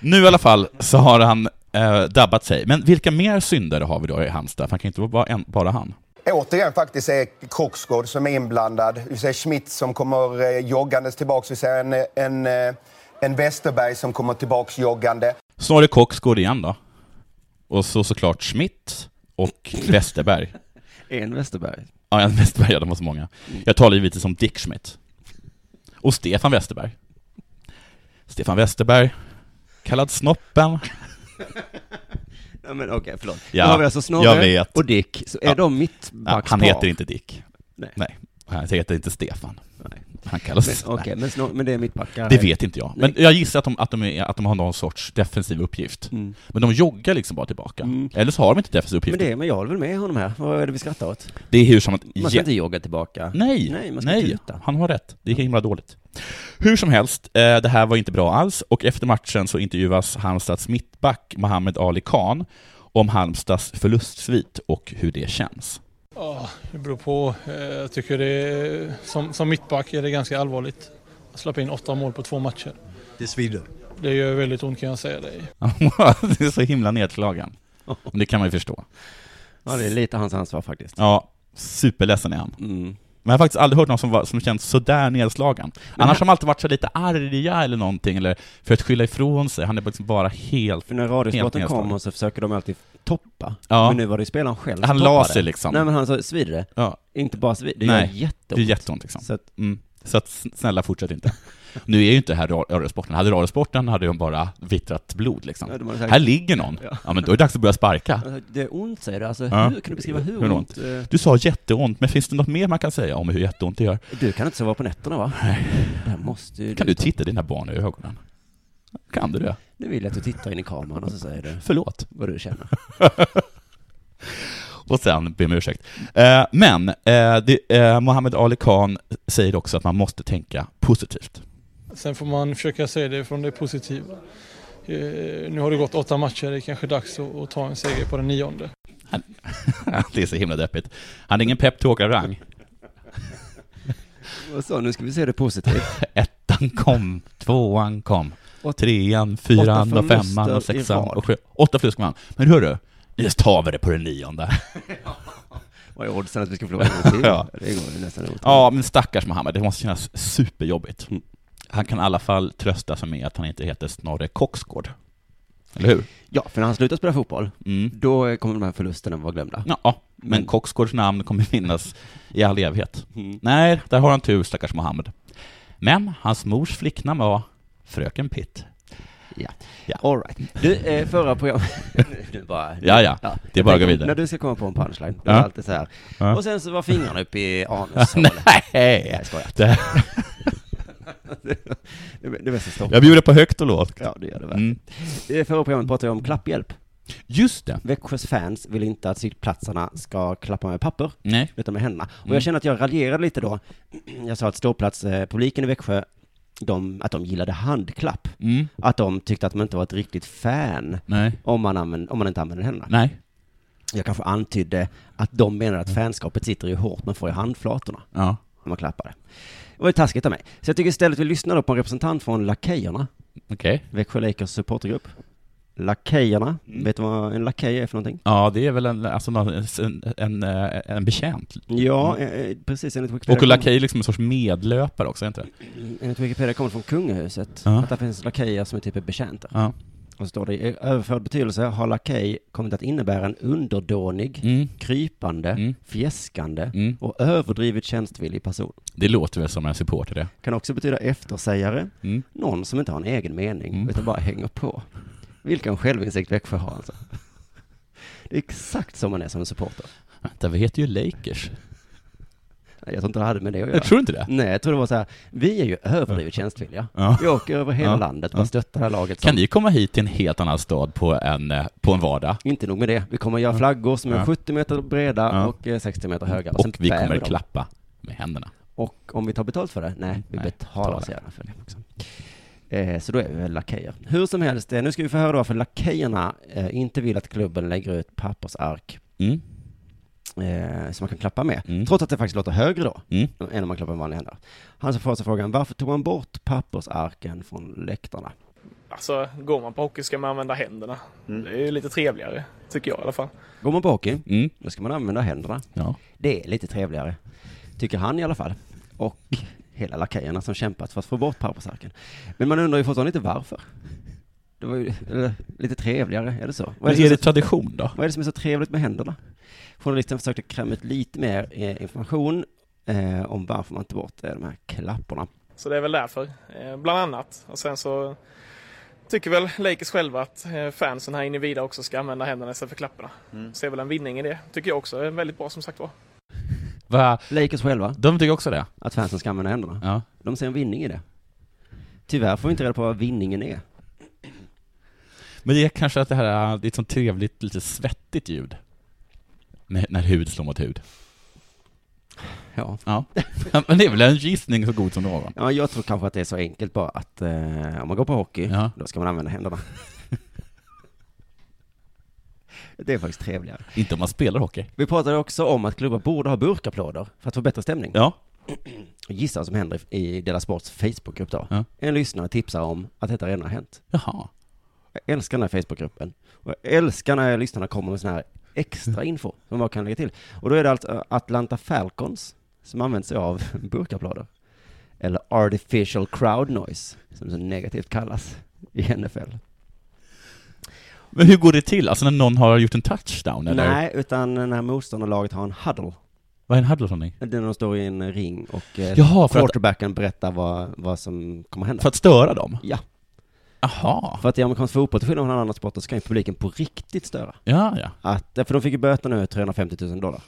B: Nu i alla fall så har han eh, dabbat sig. Men vilka mer syndare har vi då i Halmstad? För han kan inte vara bara en, bara han.
F: Återigen faktiskt är Kroksgård som är inblandad. Vi ser Schmidt som kommer eh, joggandes tillbaks. Vi ser en, eh, en, eh, en Westerberg som kommer tillbaks joggande.
B: Snorre Cox går igen då. Och så såklart Schmidt
D: *clears throat*
B: och Westerberg.
D: En Westerberg.
B: Ja, en Westerberg, ja, de var så många. Jag talar givetvis om Dick Schmidt. Och Stefan Westerberg. Stefan Westerberg, kallad Snoppen.
D: Ja, men okej, förlåt.
B: Ja,
D: Då har vi alltså Snorre
B: jag vet.
D: och Dick, så är
B: Ja.
D: de mitt
B: Ja, han heter inte Dick.
D: Nej.
B: Nej, han heter inte Stefan. Han kallas...
D: Men, okej, men, snor, men det är mittbackar.
B: Det vet inte jag. Men jag gissar att de, att de, är, att de har någon sorts defensiv uppgift. Men de joggar liksom bara tillbaka. Eller så har de inte defensiv
D: Mm. Men
B: uppgift.
D: det, men jag håller väl med honom här. Vad är det vi skrattar åt?
B: Det är hur som att...
D: Man ska inte jogga tillbaka.
B: Nej,
D: Nej,
B: nej,
D: man ska tuta.
B: han har rätt. Det är himla dåligt. Hur som helst, eh, det här var inte bra alls och efter matchen så intervjuas Halmstads mittback Mohammed Ali Khan om Halmstads förlustsvit och hur det känns. *laughs*
G: Ja, det beror på. Eh, Jag tycker det är, som, som mittback är det ganska allvarligt. Att släppa in åtta mål på två matcher.
H: Det svider.
G: Det gör väldigt ont kan jag säga dig.
B: det är så himla nedslagen. Men det kan man ju förstå.
D: Ja, det är lite hans ansvar faktiskt.
B: Ja, superledsen är han.
D: Mm.
B: Men jag har faktiskt aldrig hört någon som, var, som känns sådär nedslagen. Annars har man alltid varit så lite arga eller någonting, eller för att skylla ifrån sig. Han är liksom bara helt...
D: För när radiosporten
B: Helt
D: kommer
B: nedslagen.
D: så försöker de alltid toppa.
B: Ja.
D: Men nu var det ju spelaren själv
B: Han
D: som
B: la
D: toppade.
B: sig liksom.
D: Nej men han sa, svider det?
B: Ja,
D: Inte bara svider, det
B: Nej,
D: gör jätteont.
B: det är jätteont liksom.
D: Så att,
B: Mm. Så att, sn- snälla fortsätt inte. Nu är ju inte det här ra- radiosporten. Hade radiosporten hade de bara vittrat blod liksom.
D: Ja, de hade sagt-
B: här ligger någon. Ja.
D: Ja.
B: men då är det dags att börja sparka.
D: alltså, det är ont säger du, alltså
B: Ja.
D: hur kan du beskriva hur,
B: Hur ont?
D: ont? eh,
B: Du sa jätteont, men finns det något mer man kan säga om hur jätteont det gör?
D: Du kan inte sova på nätterna va? Det här måste ju
B: Kan du titta dina barn i ögonen? Kan du det?
D: Nu vill jag att du tittar in i kameran och så säger du
B: Förlåt.
D: vad du känner.
B: Och sen be om ursäkt. Eh, men eh, det, eh, Mohammed Ali Khan säger också att man måste tänka positivt. *laughs*
G: Sen får man försöka se det från det positiva. Eh, Nu har det gått åtta matcher, det är kanske dags att, att ta en seger på den nionde.
B: det är så himla deppigt. Han är ingen peptalk av rang.
D: Och så, nu ska vi se det positivt.
B: Ettan kom, tvåan kom,
D: Åt-
B: trean, fyran,
D: åtta
B: och femman
D: förluster
B: och
D: i
B: sexan
D: rad.
B: och sju. Åtta förluster kom han. Men hörru, nu tar vi det på den nionde.
D: Vad är oddsen att vi ska förlora en gång till?
B: Ja.
D: Det går ju nästan emot.
B: ja, men stackars Mohammed, det måste kännas superjobbigt.
D: Mm.
B: Han kan i alla fall trösta sig med att han inte heter Snorre Koksgård. Eller hur?
D: ja, för när han slutar spela fotboll,
B: Mm.
D: då kommer de här förlusterna vara glömda.
B: Ja, men
D: Mm.
B: Koksgårds namn kommer finnas i all evighet.
D: Mm.
B: Nej, där har han tur, stackars Mohammed. Men hans mors flicknamn var Fröken Pitt.
D: Ja.
B: Ja.
D: All right. Du, eh, förra programmet... *laughs* nu bara...
B: Ja, ja. Det är bara att gå vidare.
D: När du ska komma på en punchline, då
B: Ja.
D: är det alltid så här.
B: Ja.
D: Och sen så var fingrarna uppe i anushålet. Nej,
B: *laughs* Nej!
D: jag skojar.
B: Det,
D: *laughs* Det, det bästa stopp.
B: jag bjuder på högt och lågt.
D: Ja, det gör det väl.
B: Mm.
D: Eh, Förra programmet pratade jag om klapphjälp.
B: Just det.
D: Växjös fans vill inte att sittplatsarna ska klappa med papper,
B: Nej.
D: utan med händerna. Och
B: Mm.
D: jag känner att jag raljerade lite då. Jag sa att ståplatspubliken i Växjö, de, att de gillade handklapp.
B: Mm.
D: Att de tyckte att man inte var ett riktigt fan
B: Nej.
D: om man, använder, om man inte använder händerna.
B: Nej.
D: Jag kanske antydde att de menar att fanskapet sitter i hur hårt man får i handflatorna
B: Ja.
D: när man klappar det. Det var ju taskigt av mig. Så jag tycker istället vi lyssnar då på en representant från Lakejerna,
B: Okej.
D: Växjö Lakers supportergrupp. Lakejerna,
B: Mm.
D: vet du vad en lakej är för någonting?
B: Ja, det är väl en, alltså någon, en, en, eh, en betjänt.
D: Ja, eh, eh, precis enligt Wikipedia.
B: Mm. Och Lakej är liksom en sorts medlöpare också, är inte det?
D: Enligt Wikipedia kommer det från kungahuset.
B: Ja.
D: Att det finns lakejer som är typ betjänta.
B: Ja.
D: Och så står det i överförd betydelse har lakej kommit att innebära en underdånig,
B: Mm.
D: krypande,
B: Mm.
D: fjäskande
B: Mm.
D: och överdrivet tjänstvillig person.
B: Det låter väl som en supporter det.
D: Kan också betyda eftersägare,
B: Mm.
D: någon som inte har en egen mening
B: Mm.
D: utan bara hänger på. Vilken självinsikt Växjö har alltså. Det är exakt som man är som en supporter.
B: Vänta, vi heter ju Lakers.
D: Jag tror inte det hade med det att göra.
B: Jag tror inte det.
D: Nej, jag tror det var så här, vi är ju överdrivet tjänstvilliga.
B: Ja.
D: Vi åker över hela
B: Ja.
D: landet och
B: Ja.
D: stöttar det här laget.
B: Kan
D: Som,
B: ni komma hit till en helt annan stad på en, eh, på en vardag?
D: inte nog med det, vi kommer göra flaggor som är
B: Ja.
D: 70 meter breda
B: Ja.
D: och eh, 60 meter höga.
B: Och
D: sen
B: vi
D: bär
B: kommer
D: dem.
B: klappa med händerna.
D: Och om vi tar betalt för det? Nej, vi
B: Mm, Nej,
D: betalar oss
B: betalar.
D: gärna för det också. Eh, så då är vi väl lakejer. Hur som helst, eh, nu ska vi få höra då varför lakejerna eh, inte vill att klubben lägger ut pappersark
B: Mm.
D: eh, som man kan klappa med.
B: Mm.
D: Trots att det faktiskt låter högre då,
B: Mm.
D: än om man klappar med vanliga händer. Han som får sig frågan, varför tog man bort pappersarken från läktarna?
H: Alltså, går man på hockey ska man använda händerna. Det är ju lite trevligare, tycker jag i alla fall.
D: Går man på hockey,
B: Mm.
D: då ska man använda händerna.
B: Ja.
D: Det är lite trevligare, tycker han i alla fall. Och hela lakejerna som kämpat för att få bort pappersarken. Men man undrar ju fortfarande inte varför. Det var ju eller, lite trevligare, är det så? Vad
B: Men
D: är det,
B: är
D: som
B: det
D: är så,
B: tradition då?
D: vad är det som är så trevligt med händerna? Journalisten försökte kräma ut lite mer eh, information eh, om varför man inte bort eh, de här klapporna.
H: Så det är väl därför, eh, bland annat. Och sen så tycker väl Lakers själva att eh, fansen här inne i vida också ska använda händerna istället för klapparna. Ser väl en vinning i det, tycker jag också. är Väldigt bra som sagt var.
B: Va?
D: Lakers själva,
B: De tycker också det?
D: att fansen ska använda händerna.
B: Ja.
D: De ser en vinning i det. Tyvärr får vi inte reda på vad vinningen är.
B: Men det är kanske att det här är det är ett sånt trevligt, lite svettigt ljud. När, när hud slår mot hud. *laughs*
D: Ja,
B: Ja. Men det är väl en gissning så god som någon?
D: Ja, jag tror kanske att det är så enkelt bara att eh, om man går på hockey,
B: Ja.
D: då ska man använda händerna. *laughs* det är faktiskt trevligare.
B: Inte om man spelar hockey.
D: Vi pratade också om att klubbar borde ha burkapplåder för att få bättre stämning.
B: Ja.
D: Och Gissa vad som händer i i Della Sports Facebookgrupp då.
B: Ja.
D: En lyssnare tipsar om att detta redan har hänt.
B: Jaha.
D: Jag älskar den här Facebookgruppen. Och jag älskar när lyssnarna kommer med sån här extra info som man kan lägga till. Och då är det alltså Atlanta Falcons som använder sig av *laughs* burkapplåder. Eller artificial crowd noise, som det så negativt kallas i NFL.
B: Men hur går det till? Alltså när någon har gjort en touchdown eller?
D: Nej, utan när motståndarlaget har en huddle.
B: Vad är en huddle för någonting?
D: Där de står i en ring och eh,
B: Jaha, för att,
D: quarterbacken berättar vad, vad som kommer hända.
B: för att störa dem?
D: Ja.
B: Aha.
D: För att i amerikansk fotboll, till skillnad från alla andra sporter, så kan ju publiken på riktigt störa.
B: Ja, ja.
D: Att, eh, för de fick ju böter nu, 350 000 dollar.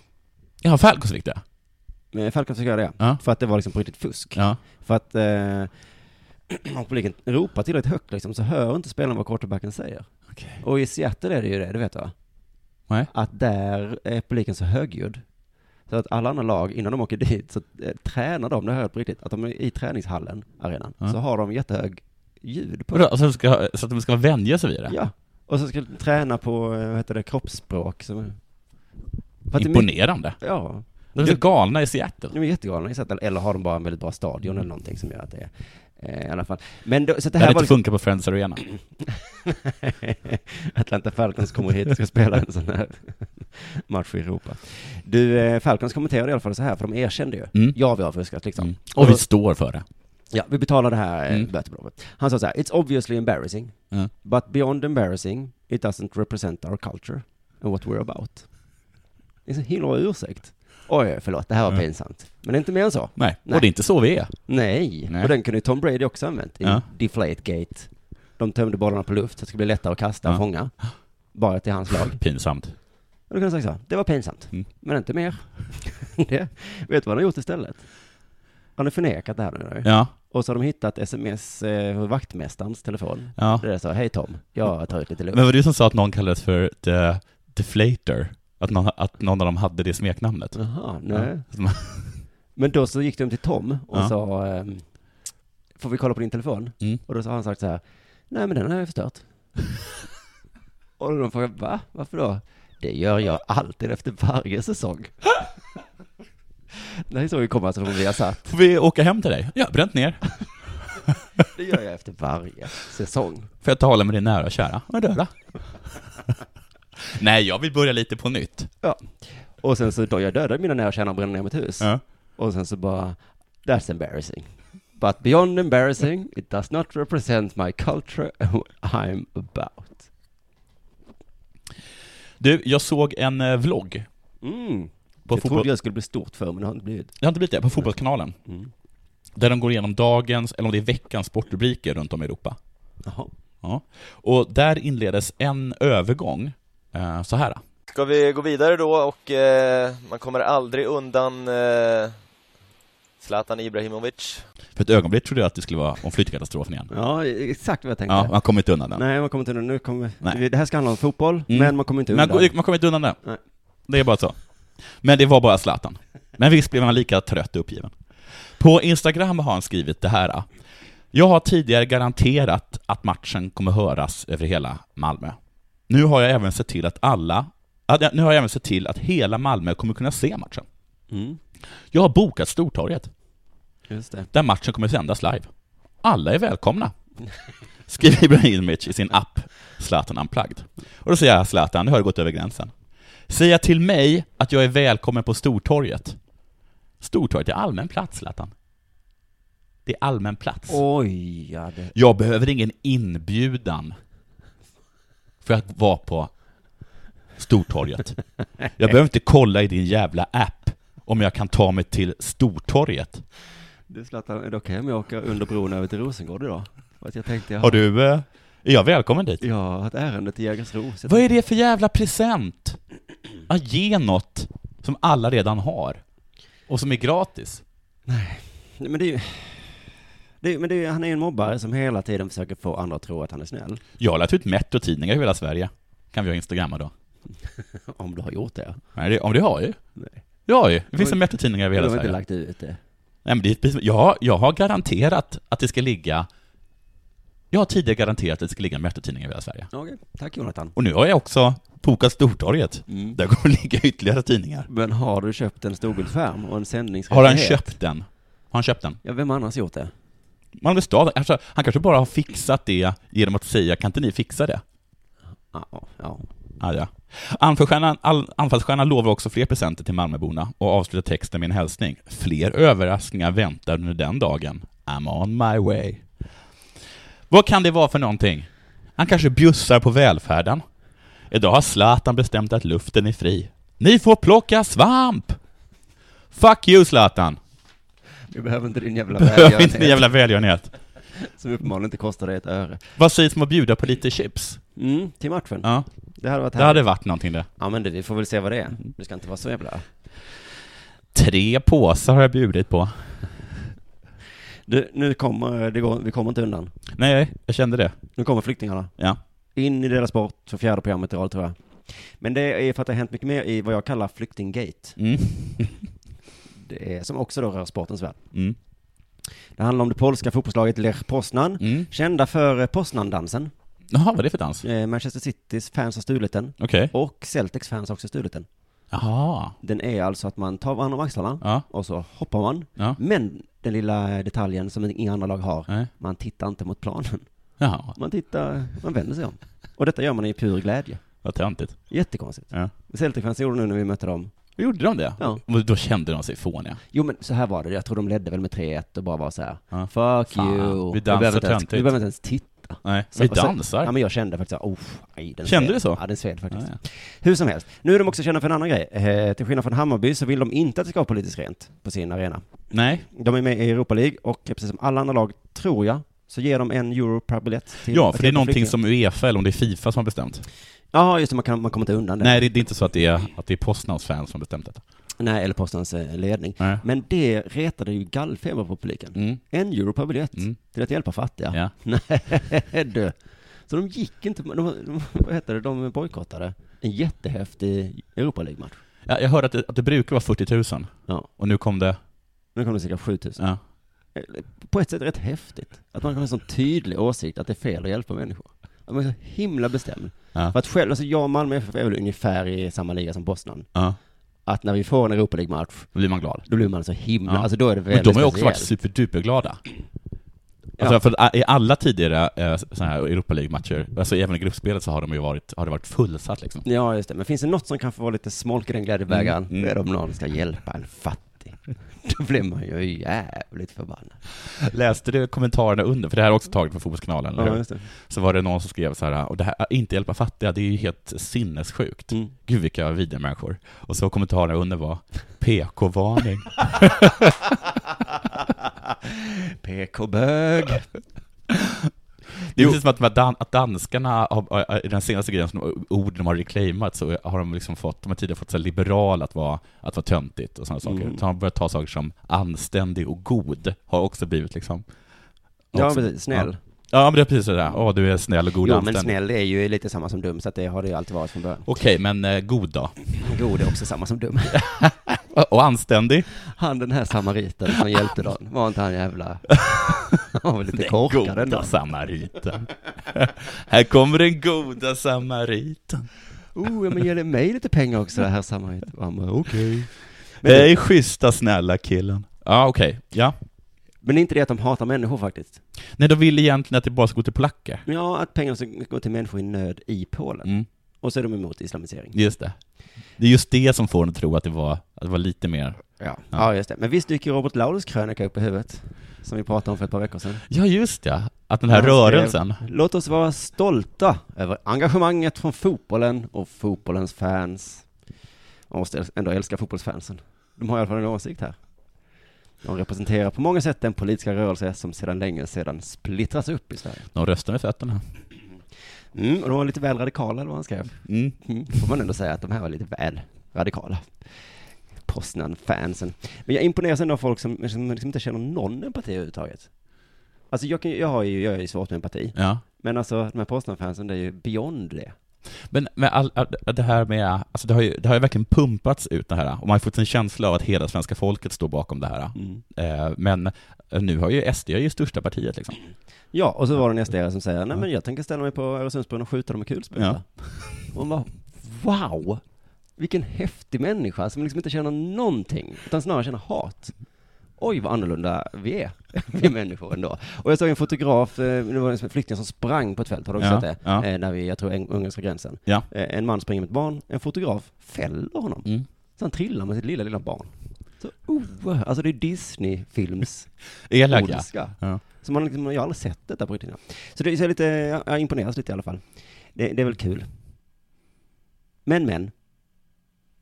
B: Ja, Falcons fick det.
D: Men Falcons fick göra det,
B: Ja.
D: för att det var liksom på riktigt fusk.
B: Ja.
D: För att eh, *clears throat* om publiken ropar tillräckligt högt liksom, så hör inte spelarna vad quarterbacken säger.
B: Okej.
D: Och i Seattle är det ju det, det vet jag.
B: Nej.
D: Att där är publiken så högljudd. Så att alla andra lag, innan de åker dit, så eh, tränar de, det hör jag på riktigt, att de är i träningshallen, arenan,
B: Ja.
D: så har de jättehög ljud på.
B: Vadå, alltså, de ska, så att de ska vänja sig vid det?
D: Ja. Och så ska de träna på, eh, vad heter det, kroppsspråk. Som... För att det är mycket-
B: Imponerande.
D: Ja,
B: De är så galna i Seattle.
D: de är jättegalna i Seattle, eller har de bara en väldigt bra stadion eller någonting som gör att det är, eh, i alla fall. Men då, så att
B: Det
D: det
B: här
D: här
B: inte
D: var liksom, *laughs*
B: funkar på Friends Arena.
D: Atlanta Falcons kommer hit och ska spela en sån här *laughs* match i Europa. Du, eh, Falcons kommenterade i alla fall så här, för de erkände ju.
B: Mm.
D: Ja, vi har fuskat liksom.
B: Mm. Och vi står för det.
D: Ja, vi betalar det här mm.
B: Mm.
D: bötesbeloppet. Han sa så här, it's obviously embarrassing,
B: Ja.
D: but beyond embarrassing, it doesn't represent our culture and what we're about. Det är så himla bra ursäkt. Oj, förlåt, det här var
B: Ja.
D: pinsamt. Men det är inte mer än så.
B: Nej.
D: Nej.
B: och det är inte så vi är.
D: Nej.
B: Nej.
D: och den kunde ju Tom Brady också ha använt i
B: Ja.
D: Deflategate. De tömde bollarna på luft så att det skulle bli lättare att kasta och
B: Ja.
D: fånga. Bara till hans lag.
B: Pinsamt.
D: Och då kunde han sagt så, det var pinsamt,
B: Mm.
D: men inte mer. *laughs* det, vet du vad han har gjort istället? Han har förnekat det här nu. då.
B: Ja,
D: Och så har de hittat sms eh, på vaktmästarens telefon.
B: ja.
D: Där det sa, hej Tom, jag tar ut lite luft.
B: Men var det du som sa att någon kallades för the deflator? Att någon, att någon av dem hade det smeknamnet?
D: Jaha, nej.
B: Ja.
D: Men då så gick de till Tom och
B: Ja.
D: sa, ehm, får vi kolla på din telefon?
B: Mm.
D: Och då så har han sagt så här, nej men den har
B: *laughs*
D: jag förstört. och då de frågar, va? *laughs* Varför då? Det gör jag alltid efter varje säsong. Det här är så vi kommer alltså från Viasat.
B: *laughs* Får vi åka hem till dig? Ja, bränt ner.
D: Det gör jag efter varje säsong.
B: Får jag tala med din nära och kära? Men döda. *laughs* Nej, jag vill börja lite på nytt.
D: Och sen så då jag dödade mina nära och kära och brände ner mitt hus.
B: Ja.
D: Och sen så bara, that's embarrassing. But beyond embarrassing, it does not represent my culture and what I'm about.
B: Du, jag såg en eh, vlogg
D: Mm.
B: på,
D: jag trodde
B: fotboll...
D: jag skulle bli stort för, men det har inte blivit.
B: jag har inte blivit det, på Fotbollskanalen.
D: Mm.
B: Där de går igenom dagens, eller om det är veckans, sportrubriker runt om i Europa.
D: Jaha.
B: Ja. Och där inledes en övergång eh, så här.
I: Ska vi gå vidare då och eh, man kommer aldrig undan eh, Zlatan Ibrahimovic.
B: För ett ögonblick trodde jag att det skulle vara om flyttkatastrofen igen.
D: Ja, exakt vad jag tänkte.
B: Ja, man kommer inte undan den.
D: Nej, man kommer inte undan. Nu kommer...
B: Nej.
D: Det här ska handla om fotboll,
B: Mm.
D: men man kommer inte
B: Man,
D: undan.
B: går- man kommer inte undan det.
D: Nej.
B: Det är bara så. Men det var bara Zlatan. Men visst blev han lika trött och uppgiven. På Instagram har han skrivit det här. Jag har tidigare garanterat att matchen kommer höras över hela Malmö. Nu har jag även sett till att alla, att jag- nu har jag även sett till att hela Malmö kommer kunna se matchen.
D: Mm.
B: Jag har bokat Stortorget,
D: Just det.
B: där matchen kommer sändas live. Alla är välkomna. *laughs* Skriver Ibrahimovic i sin app Zlatan Unplugged. Och då säger jag Zlatan, nu har du gått över gränsen. Säga till mig att jag är välkommen på Stortorget. Stortorget är allmän plats, Zlatan. Det är allmän plats.
D: Oj, ja det...
B: Jag behöver ingen inbjudan för att vara på Stortorget. Jag behöver inte kolla i din jävla app om jag kan ta mig till Stortorget.
D: Du Zlatan, är det okej om jag åker under bron över till Rosengård idag? För att jag tänkte, jag
B: Har du... eh, Är jag välkommen dit?
D: Jag har ett ärende till Jägersro. så jag
B: Vad är det för jävla present? Att ge något som alla redan har och som är gratis.
D: Nej, Men det är ju... Det är, men det är, ju- han är ju en mobbare som hela tiden försöker få andra att tro att han är snäll.
B: Jag har lagt ut Metro-tidningar i hela Sverige. Kan vi ha Instagramma då?
D: Om du har gjort det.
B: Nej, det, om det har jag ju.
D: Nej.
B: Jag har ju. Det finns en Metro-tidningar över
D: Du
B: hela
D: har inte
B: Sverige.
D: lagt ut det.
B: Nej, men det är precis, jag, har- jag har garanterat att det ska ligga... Jag har tidigare garanterat att det ska ligga en Metro-tidning över hela Sverige.
D: Okej, tack Jonathan.
B: Och nu har jag också bokat Stortorget.
D: Mm.
B: Där kommer *laughs* det ligga ytterligare tidningar.
D: Men har du köpt en storbildsskärm och en sändningsrättighet?
B: Har han köpt den? Har han köpt den?
D: Ja, vem har annars gjort det?
B: Malmö stad, alltså, han kanske bara har fixat det genom att säga kan inte ni fixa det?
D: Ja, ja, ja.
B: Ah, ja. Anfallsstjärnan, all, anfallsstjärnan lovar också fler presenter till Malmöborna och avslutar texten med en hälsning. Fler överraskningar väntar under den dagen. I'm on my way. Vad kan det vara för någonting? Han kanske bjussar på välfärden. Idag har Zlatan bestämt att luften är fri. Ni får plocka svamp! Fuck you Zlatan!
D: Vi behöver inte din
B: *laughs*
D: jävla
B: Behöver inte
D: välgörenhet
B: din jävla välgörenhet.
D: som uppenbarligen inte kostar dig ett öre.
B: Vad sägs om att bjuda på lite chips?
D: Mm, till matchen.
B: Ja,
D: Det hade varit
B: det hade Mm.
D: härligt.
B: varit någonting det.
D: Ja, men du, vi får väl se vad det är. Det ska inte vara så jävla...
B: Tre påsar har jag bjudit på.
D: Du, nu kommer, det går, vi kommer inte undan.
B: Nej, jag kände det.
D: Nu kommer flyktingarna.
B: Ja.
D: In i deras sport, så fjärde programmet i rad tror jag. Men det är för att det har hänt mycket mer i vad jag kallar flyktinggate.
B: Mm. *laughs*
D: Det är, som också då rör sportens värld.
B: Mm.
D: Det handlar om det polska fotbollslaget Lech Poznan.
B: Mm.
D: Kända för eh, Poznan-dansen.
B: Jaha, vad är det för dans?
D: Eh, Manchester Citys fans har stulit den.
B: Okej.
D: Och Celtics fans har också stulit den.
B: Jaha.
D: Den är alltså att man tar varandra om axlarna
B: Ja.
D: och så hoppar man.
B: Ja.
D: Men den lilla detaljen som inga andra lag har,
B: Nej.
D: man tittar inte mot planen. *laughs*
B: Jaha,
D: Man tittar, man vänder sig om. Och detta gör man i pur glädje.
B: vad töntigt.
D: Jättekonstigt.
B: Ja.
D: Celtic-fans gjorde det nu när vi mötte dem.
B: Gjorde de det?
D: Ja.
B: Och Då kände de sig fåniga.
D: Jo men så här var det, jag tror de ledde väl med 3-1 och bara var så här.
B: Ja.
D: Fuck
B: Fan,
D: you.
B: vi
D: Du behöver
B: dansar
D: inte ens-
B: töntigt.
D: Du behöver inte ens titta.
B: Nej,
D: Så-
B: vi
D: och så-
B: dansar.
D: Ja men jag kände faktiskt oh, nej, den
B: Kände
D: sved.
B: du så?
D: Ja den sved faktiskt.
B: Ja,
D: Hur som helst, nu är de också kända för en annan grej. Eh, till skillnad från Hammarby så vill de inte att det ska vara politiskt rent på sin arena.
B: Nej.
D: De är med i Europa League och precis som alla andra lag, tror jag, så ger de en euro per biljett till
B: Ja, för det är
D: till
B: någonting
D: flyktingar.
B: som Uefa eller om det är Fifa som har bestämt.
D: Ja, just det, man, kan, man kommer inte undan det.
B: Nej, det, det är inte så att det är, att det är Postnords fans som har bestämt detta.
D: Nej, eller Postens eh, ledning.
B: Nej.
D: Men det retade ju gallfeber på publiken.
B: Mm.
D: En euro per biljett
B: Mm.
D: till att hjälpa fattiga.
B: Ja.
D: Nej *laughs* du. Så de gick inte, de, de, vad heter det, de bojkottade en jättehäftig Europa League-match.
B: Ja, jag hörde att det, att det brukar vara 40 000
D: Ja.
B: och nu kom det...
D: Nu kom det cirka 7000.
B: Ja.
D: På ett sätt rätt häftigt. Att man kan ha en sån tydlig åsikt att det är fel att hjälpa människor. Att man är så himla bestämd.
B: Ja.
D: För att själv, alltså jag och Malmö FF är väl ungefär i samma liga som Bosnien.
B: Ja.
D: att när vi får en Europa League-match,
B: Då blir man glad.
D: då blir man så himla,
B: Ja.
D: alltså då är det
B: Men
D: väldigt
B: de har ju också varit
D: speciellt.
B: superduperglada. Alltså
D: Ja.
B: för a- i alla tidigare eh, såna här Europa League-matcher, alltså även i gruppspelet så har de ju varit, har det varit fullsatt
D: *laughs*
B: liksom.
D: Ja, just det. Men finns det något som kan få vara lite smolk i den glädjebägaren,
B: Mm, mm.
D: då är det om någon ska hjälpa en fattig. *laughs* Då blir man ju jävligt förbannad.
B: Läste du kommentarerna under? För det här är också taget från Fotbollskanalen, eller
D: Ja,
B: hur?
D: just det.
B: Så var det någon som skrev så här, och det här, att inte hjälpa fattiga, det är ju helt sinnessjukt.
D: Mm.
B: Gud vilka vidriga människor. Och så kommentarerna under var, PK-varning.
D: *laughs* PK-bög.
B: Det är precis som att, de här dan- att danskarna, har, i den senaste grejen, som ord de har reclaimat, så har de liksom fått, de har tidigare fått så här liberal att vara, att vara töntigt och sådana saker.
D: Mm.
B: Så har de börjat ta saker som anständig och god, har också blivit liksom...
D: Ja,
B: också-
D: precis. Snäll.
B: Ja, men det är precis det där. Åh, du är snäll och god och
D: Jo, men
B: anständig.
D: snäll är ju lite samma som dum, så att det har det ju alltid varit från början.
B: Okej, men eh, god då?
D: God är också samma som dum.
B: Och anständig?
D: Han den här samariten som hjälpte dem, var inte han jävla... Han var lite korkad ändå.
B: goda samariten. *laughs* Här kommer den goda samariten.
D: Oh, ja, men ge mig lite pengar också, det här samariten. Och han bara, Okej.
B: Hej schyssta snälla killen. Ja, okej. Ja.
D: Men är inte det att de hatar människor faktiskt?
B: Nej, de vill egentligen att det bara ska gå till polacker.
D: Ja, att pengarna ska gå till människor i nöd i Polen.
B: Mm,
D: Och så är de emot islamisering.
B: just det. Det är just det som får en att tro att det var, att det var lite mer.
D: Ja. ja, just det. Men visst dyker Robert Laulus krönika upp i huvudet? Som vi pratade om för ett par veckor sedan.
B: Ja, just det. Att den här
D: Han skrev,
B: rörelsen.
D: Låt oss vara stolta över engagemanget från fotbollen och fotbollens fans. Man måste ändå älska fotbollsfansen. De har i alla fall en åsikt här. De representerar på många sätt den politiska rörelse som sedan länge sedan splittras upp i Sverige.
B: De röstar med fötterna.
D: Mm, och de var lite väl radikala, eller vad han skrev.
B: Mm.
D: Mm, får man ändå säga att de här var lite väl radikala. Poznan-fansen. Men jag imponeras ändå av folk som, som liksom inte känner någon empati överhuvudtaget. Alltså jag, kan, jag har ju, jag är ju svårt med empati.
B: Ja.
D: Men alltså de här Poznan-fansen, det är ju beyond det.
B: Men, men all, all, det här med, alltså det har, ju, det har ju verkligen pumpats ut det här, och man har fått en känsla av att hela svenska folket står bakom det här. Eh, Men nu har ju SD är ju största partiet liksom.
D: Ja, och så var det en sd som säger, nej men jag tänker ställa mig på Öresundsbron och skjuta dem med kulspruta. *laughs* Och man bara, wow! Vilken häftig människa som liksom inte känner någonting, utan snarare känner hat. Oj, vad annorlunda vi är, *laughs* vi människor ändå. Och jag såg en fotograf, eh, det var en flykting som sprang på ett fält, har du också
B: Ja,
D: sett det?
B: ja.
D: Eh, När vi, jag tror, eng- ungerska gränsen.
B: Ja.
D: Eh, En man springer med ett barn, en fotograf fäller honom.
B: Mm.
D: Så han trillar med sitt lilla, lilla barn. Så oerhört, alltså det är Disney-films
B: Elaka.
D: Polska.
B: Ja.
D: Så man, liksom- jag har aldrig sett detta på riktigt. Så det så jag är lite, jag- jag imponeras lite i alla fall. Det, det är väl kul. Men, men.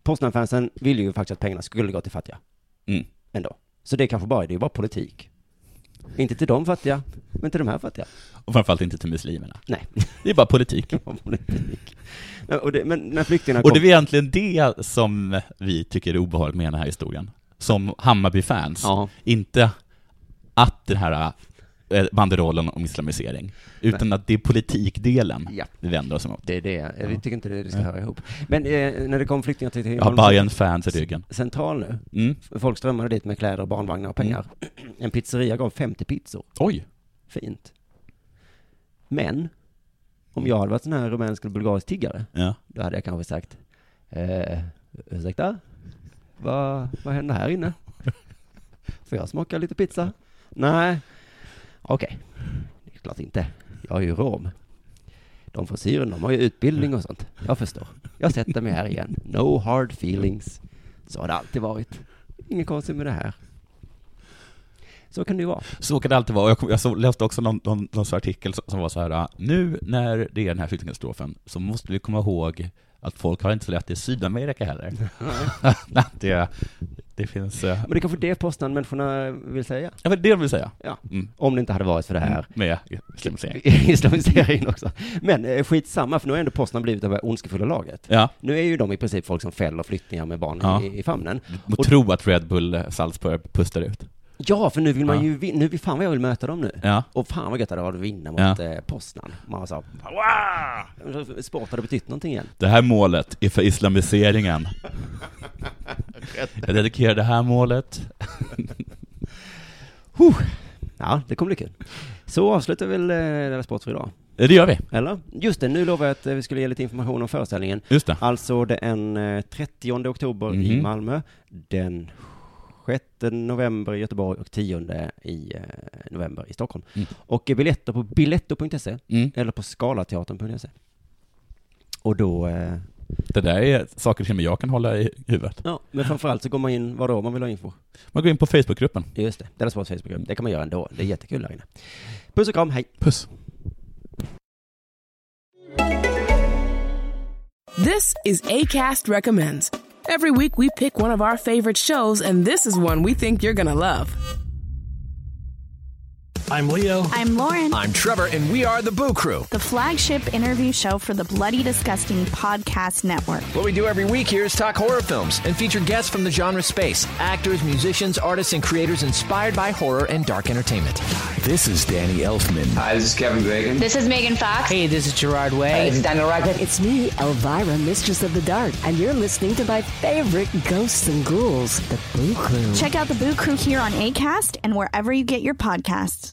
D: Postnordfansen ville ju faktiskt att pengarna skulle gå till fattiga.
B: Mm.
D: Ändå. Så det är kanske bara, det är ju bara politik. Inte till de fattiga, men till de här fattiga. *laughs*
B: Och framförallt inte till muslimerna.
D: Nej,
B: Det är bara politik.
D: det var politik. Nej, Och det, men när flyktingarna kom...
B: Och det är egentligen det som vi tycker är obehagligt med den här historien. Som Hammarby-fans.
D: Ja.
B: Inte att den här eh, banderollen om islamisering, utan att det är politikdelen
D: Ja.
B: vi vänder oss emot.
D: Det är det, vi tycker inte det, det ska höra ihop. Men eh, när det kom flyktingar till... till
B: Jag har Bayern fans i ryggen.
D: Central nu.
B: Mm.
D: Folk strömmade dit med kläder, och barnvagnar och pengar. En pizzeria gav 50 pizzor.
B: Oj!
D: Fint. Men, om jag hade varit sån här rumänsk eller bulgarisk tiggare,
B: Ja.
D: då hade jag kanske sagt, eh, ursäkta, vad, vad händer här inne? Får jag smaka lite pizza? Nej, okej, det är klart inte. Jag är ju rom. De från Syrien, de har ju utbildning och sånt. Jag förstår. Jag sätter mig här igen. No hard feelings. Så har det alltid varit. Inget konstigt med det här. Så kan det ju vara.
B: Så kan det alltid vara. Och Jag, kom, jag så, läste också någon, någon, någon sån här artikel som, som var så här, ah, nu när det är den här flyktingkatastrofen så måste vi komma ihåg att folk har inte så lätt i Sydamerika heller. *laughs* Att det, det finns... eh,
D: Men det är kanske det Poznan människorna vill säga.
B: Ja, men det vill säga.
D: Ja.
B: Mm.
D: Om det inte hade varit för det här.
B: Med islamisering.
D: *laughs* Islamiseringen också. Men eh, skitsamma, för nu har ändå Poznan blivit det här ondskefulla laget.
B: Ja,
D: Nu är ju de i princip folk som fäller flyktingar med barn
B: Ja.
D: i, i famnen.
B: och tro att Red Bull Salzburg pustar ut.
D: Ja, för nu vill man
B: Ja.
D: ju, vin- nu vill fan vad jag vill möta dem nu.
B: Ja.
D: Och fan vad gött det hade varit att vinna mot
B: Ja.
D: eh, Poznan. Man var så, här,
B: *laughs*
D: wow! Sport hade betytt någonting igen.
B: Det här målet är för islamiseringen. Jag dedikerar det här målet.
D: Huh. Ja, det kommer bli kul. Så avslutar vi väl eh, Della Sport för idag.
B: Det gör vi.
D: Eller? Just det, nu lovade jag att eh, vi skulle ge lite information om föreställningen.
B: Just det.
D: Alltså den eh, 30 oktober i
B: Mhm.
D: Malmö, den 6 november i Göteborg och 10 i eh, november i Stockholm.
B: Mm.
D: Och eh, biljetter på biletto.se
B: Mm.
D: eller på skalateatern.se. Och då, eh,
B: Det där är saker som jag kan hålla i huvudet.
D: ja, men framförallt så går man in, vadå, om man vill ha info? Mm.
B: Man går in på Facebookgruppen.
D: Just det, Della Sports Facebookgrupp. Det kan man göra ändå. Det är jättekul där inne. Puss och kram, hej!
B: Puss.
J: This is ACAST Recommends. Every week we pick one of our favorite shows, and this is one we think you're gonna love.
G: I'm Leo.
C: I'm Lauren,
K: I'm Trevor, and we are the Boo Crew.
C: the flagship interview show for the Bloody Disgusting Podcast Network.
K: What we do every week here is talk horror films and feature guests from the genre space actors, musicians, artists, and creators inspired by horror and dark entertainment. This is Danny Elfman. Hi, this is Kevin Bacon.
L: This is Megan Fox. Hey, this is Gerard Way. it's Daniel Radcliffe. It's me, Elvira, Mistress of the Dark, and you're listening to my favorite ghosts and ghouls, The Boo Crew.
C: Check out the Boo Crew here on ACAST and wherever you get your podcasts.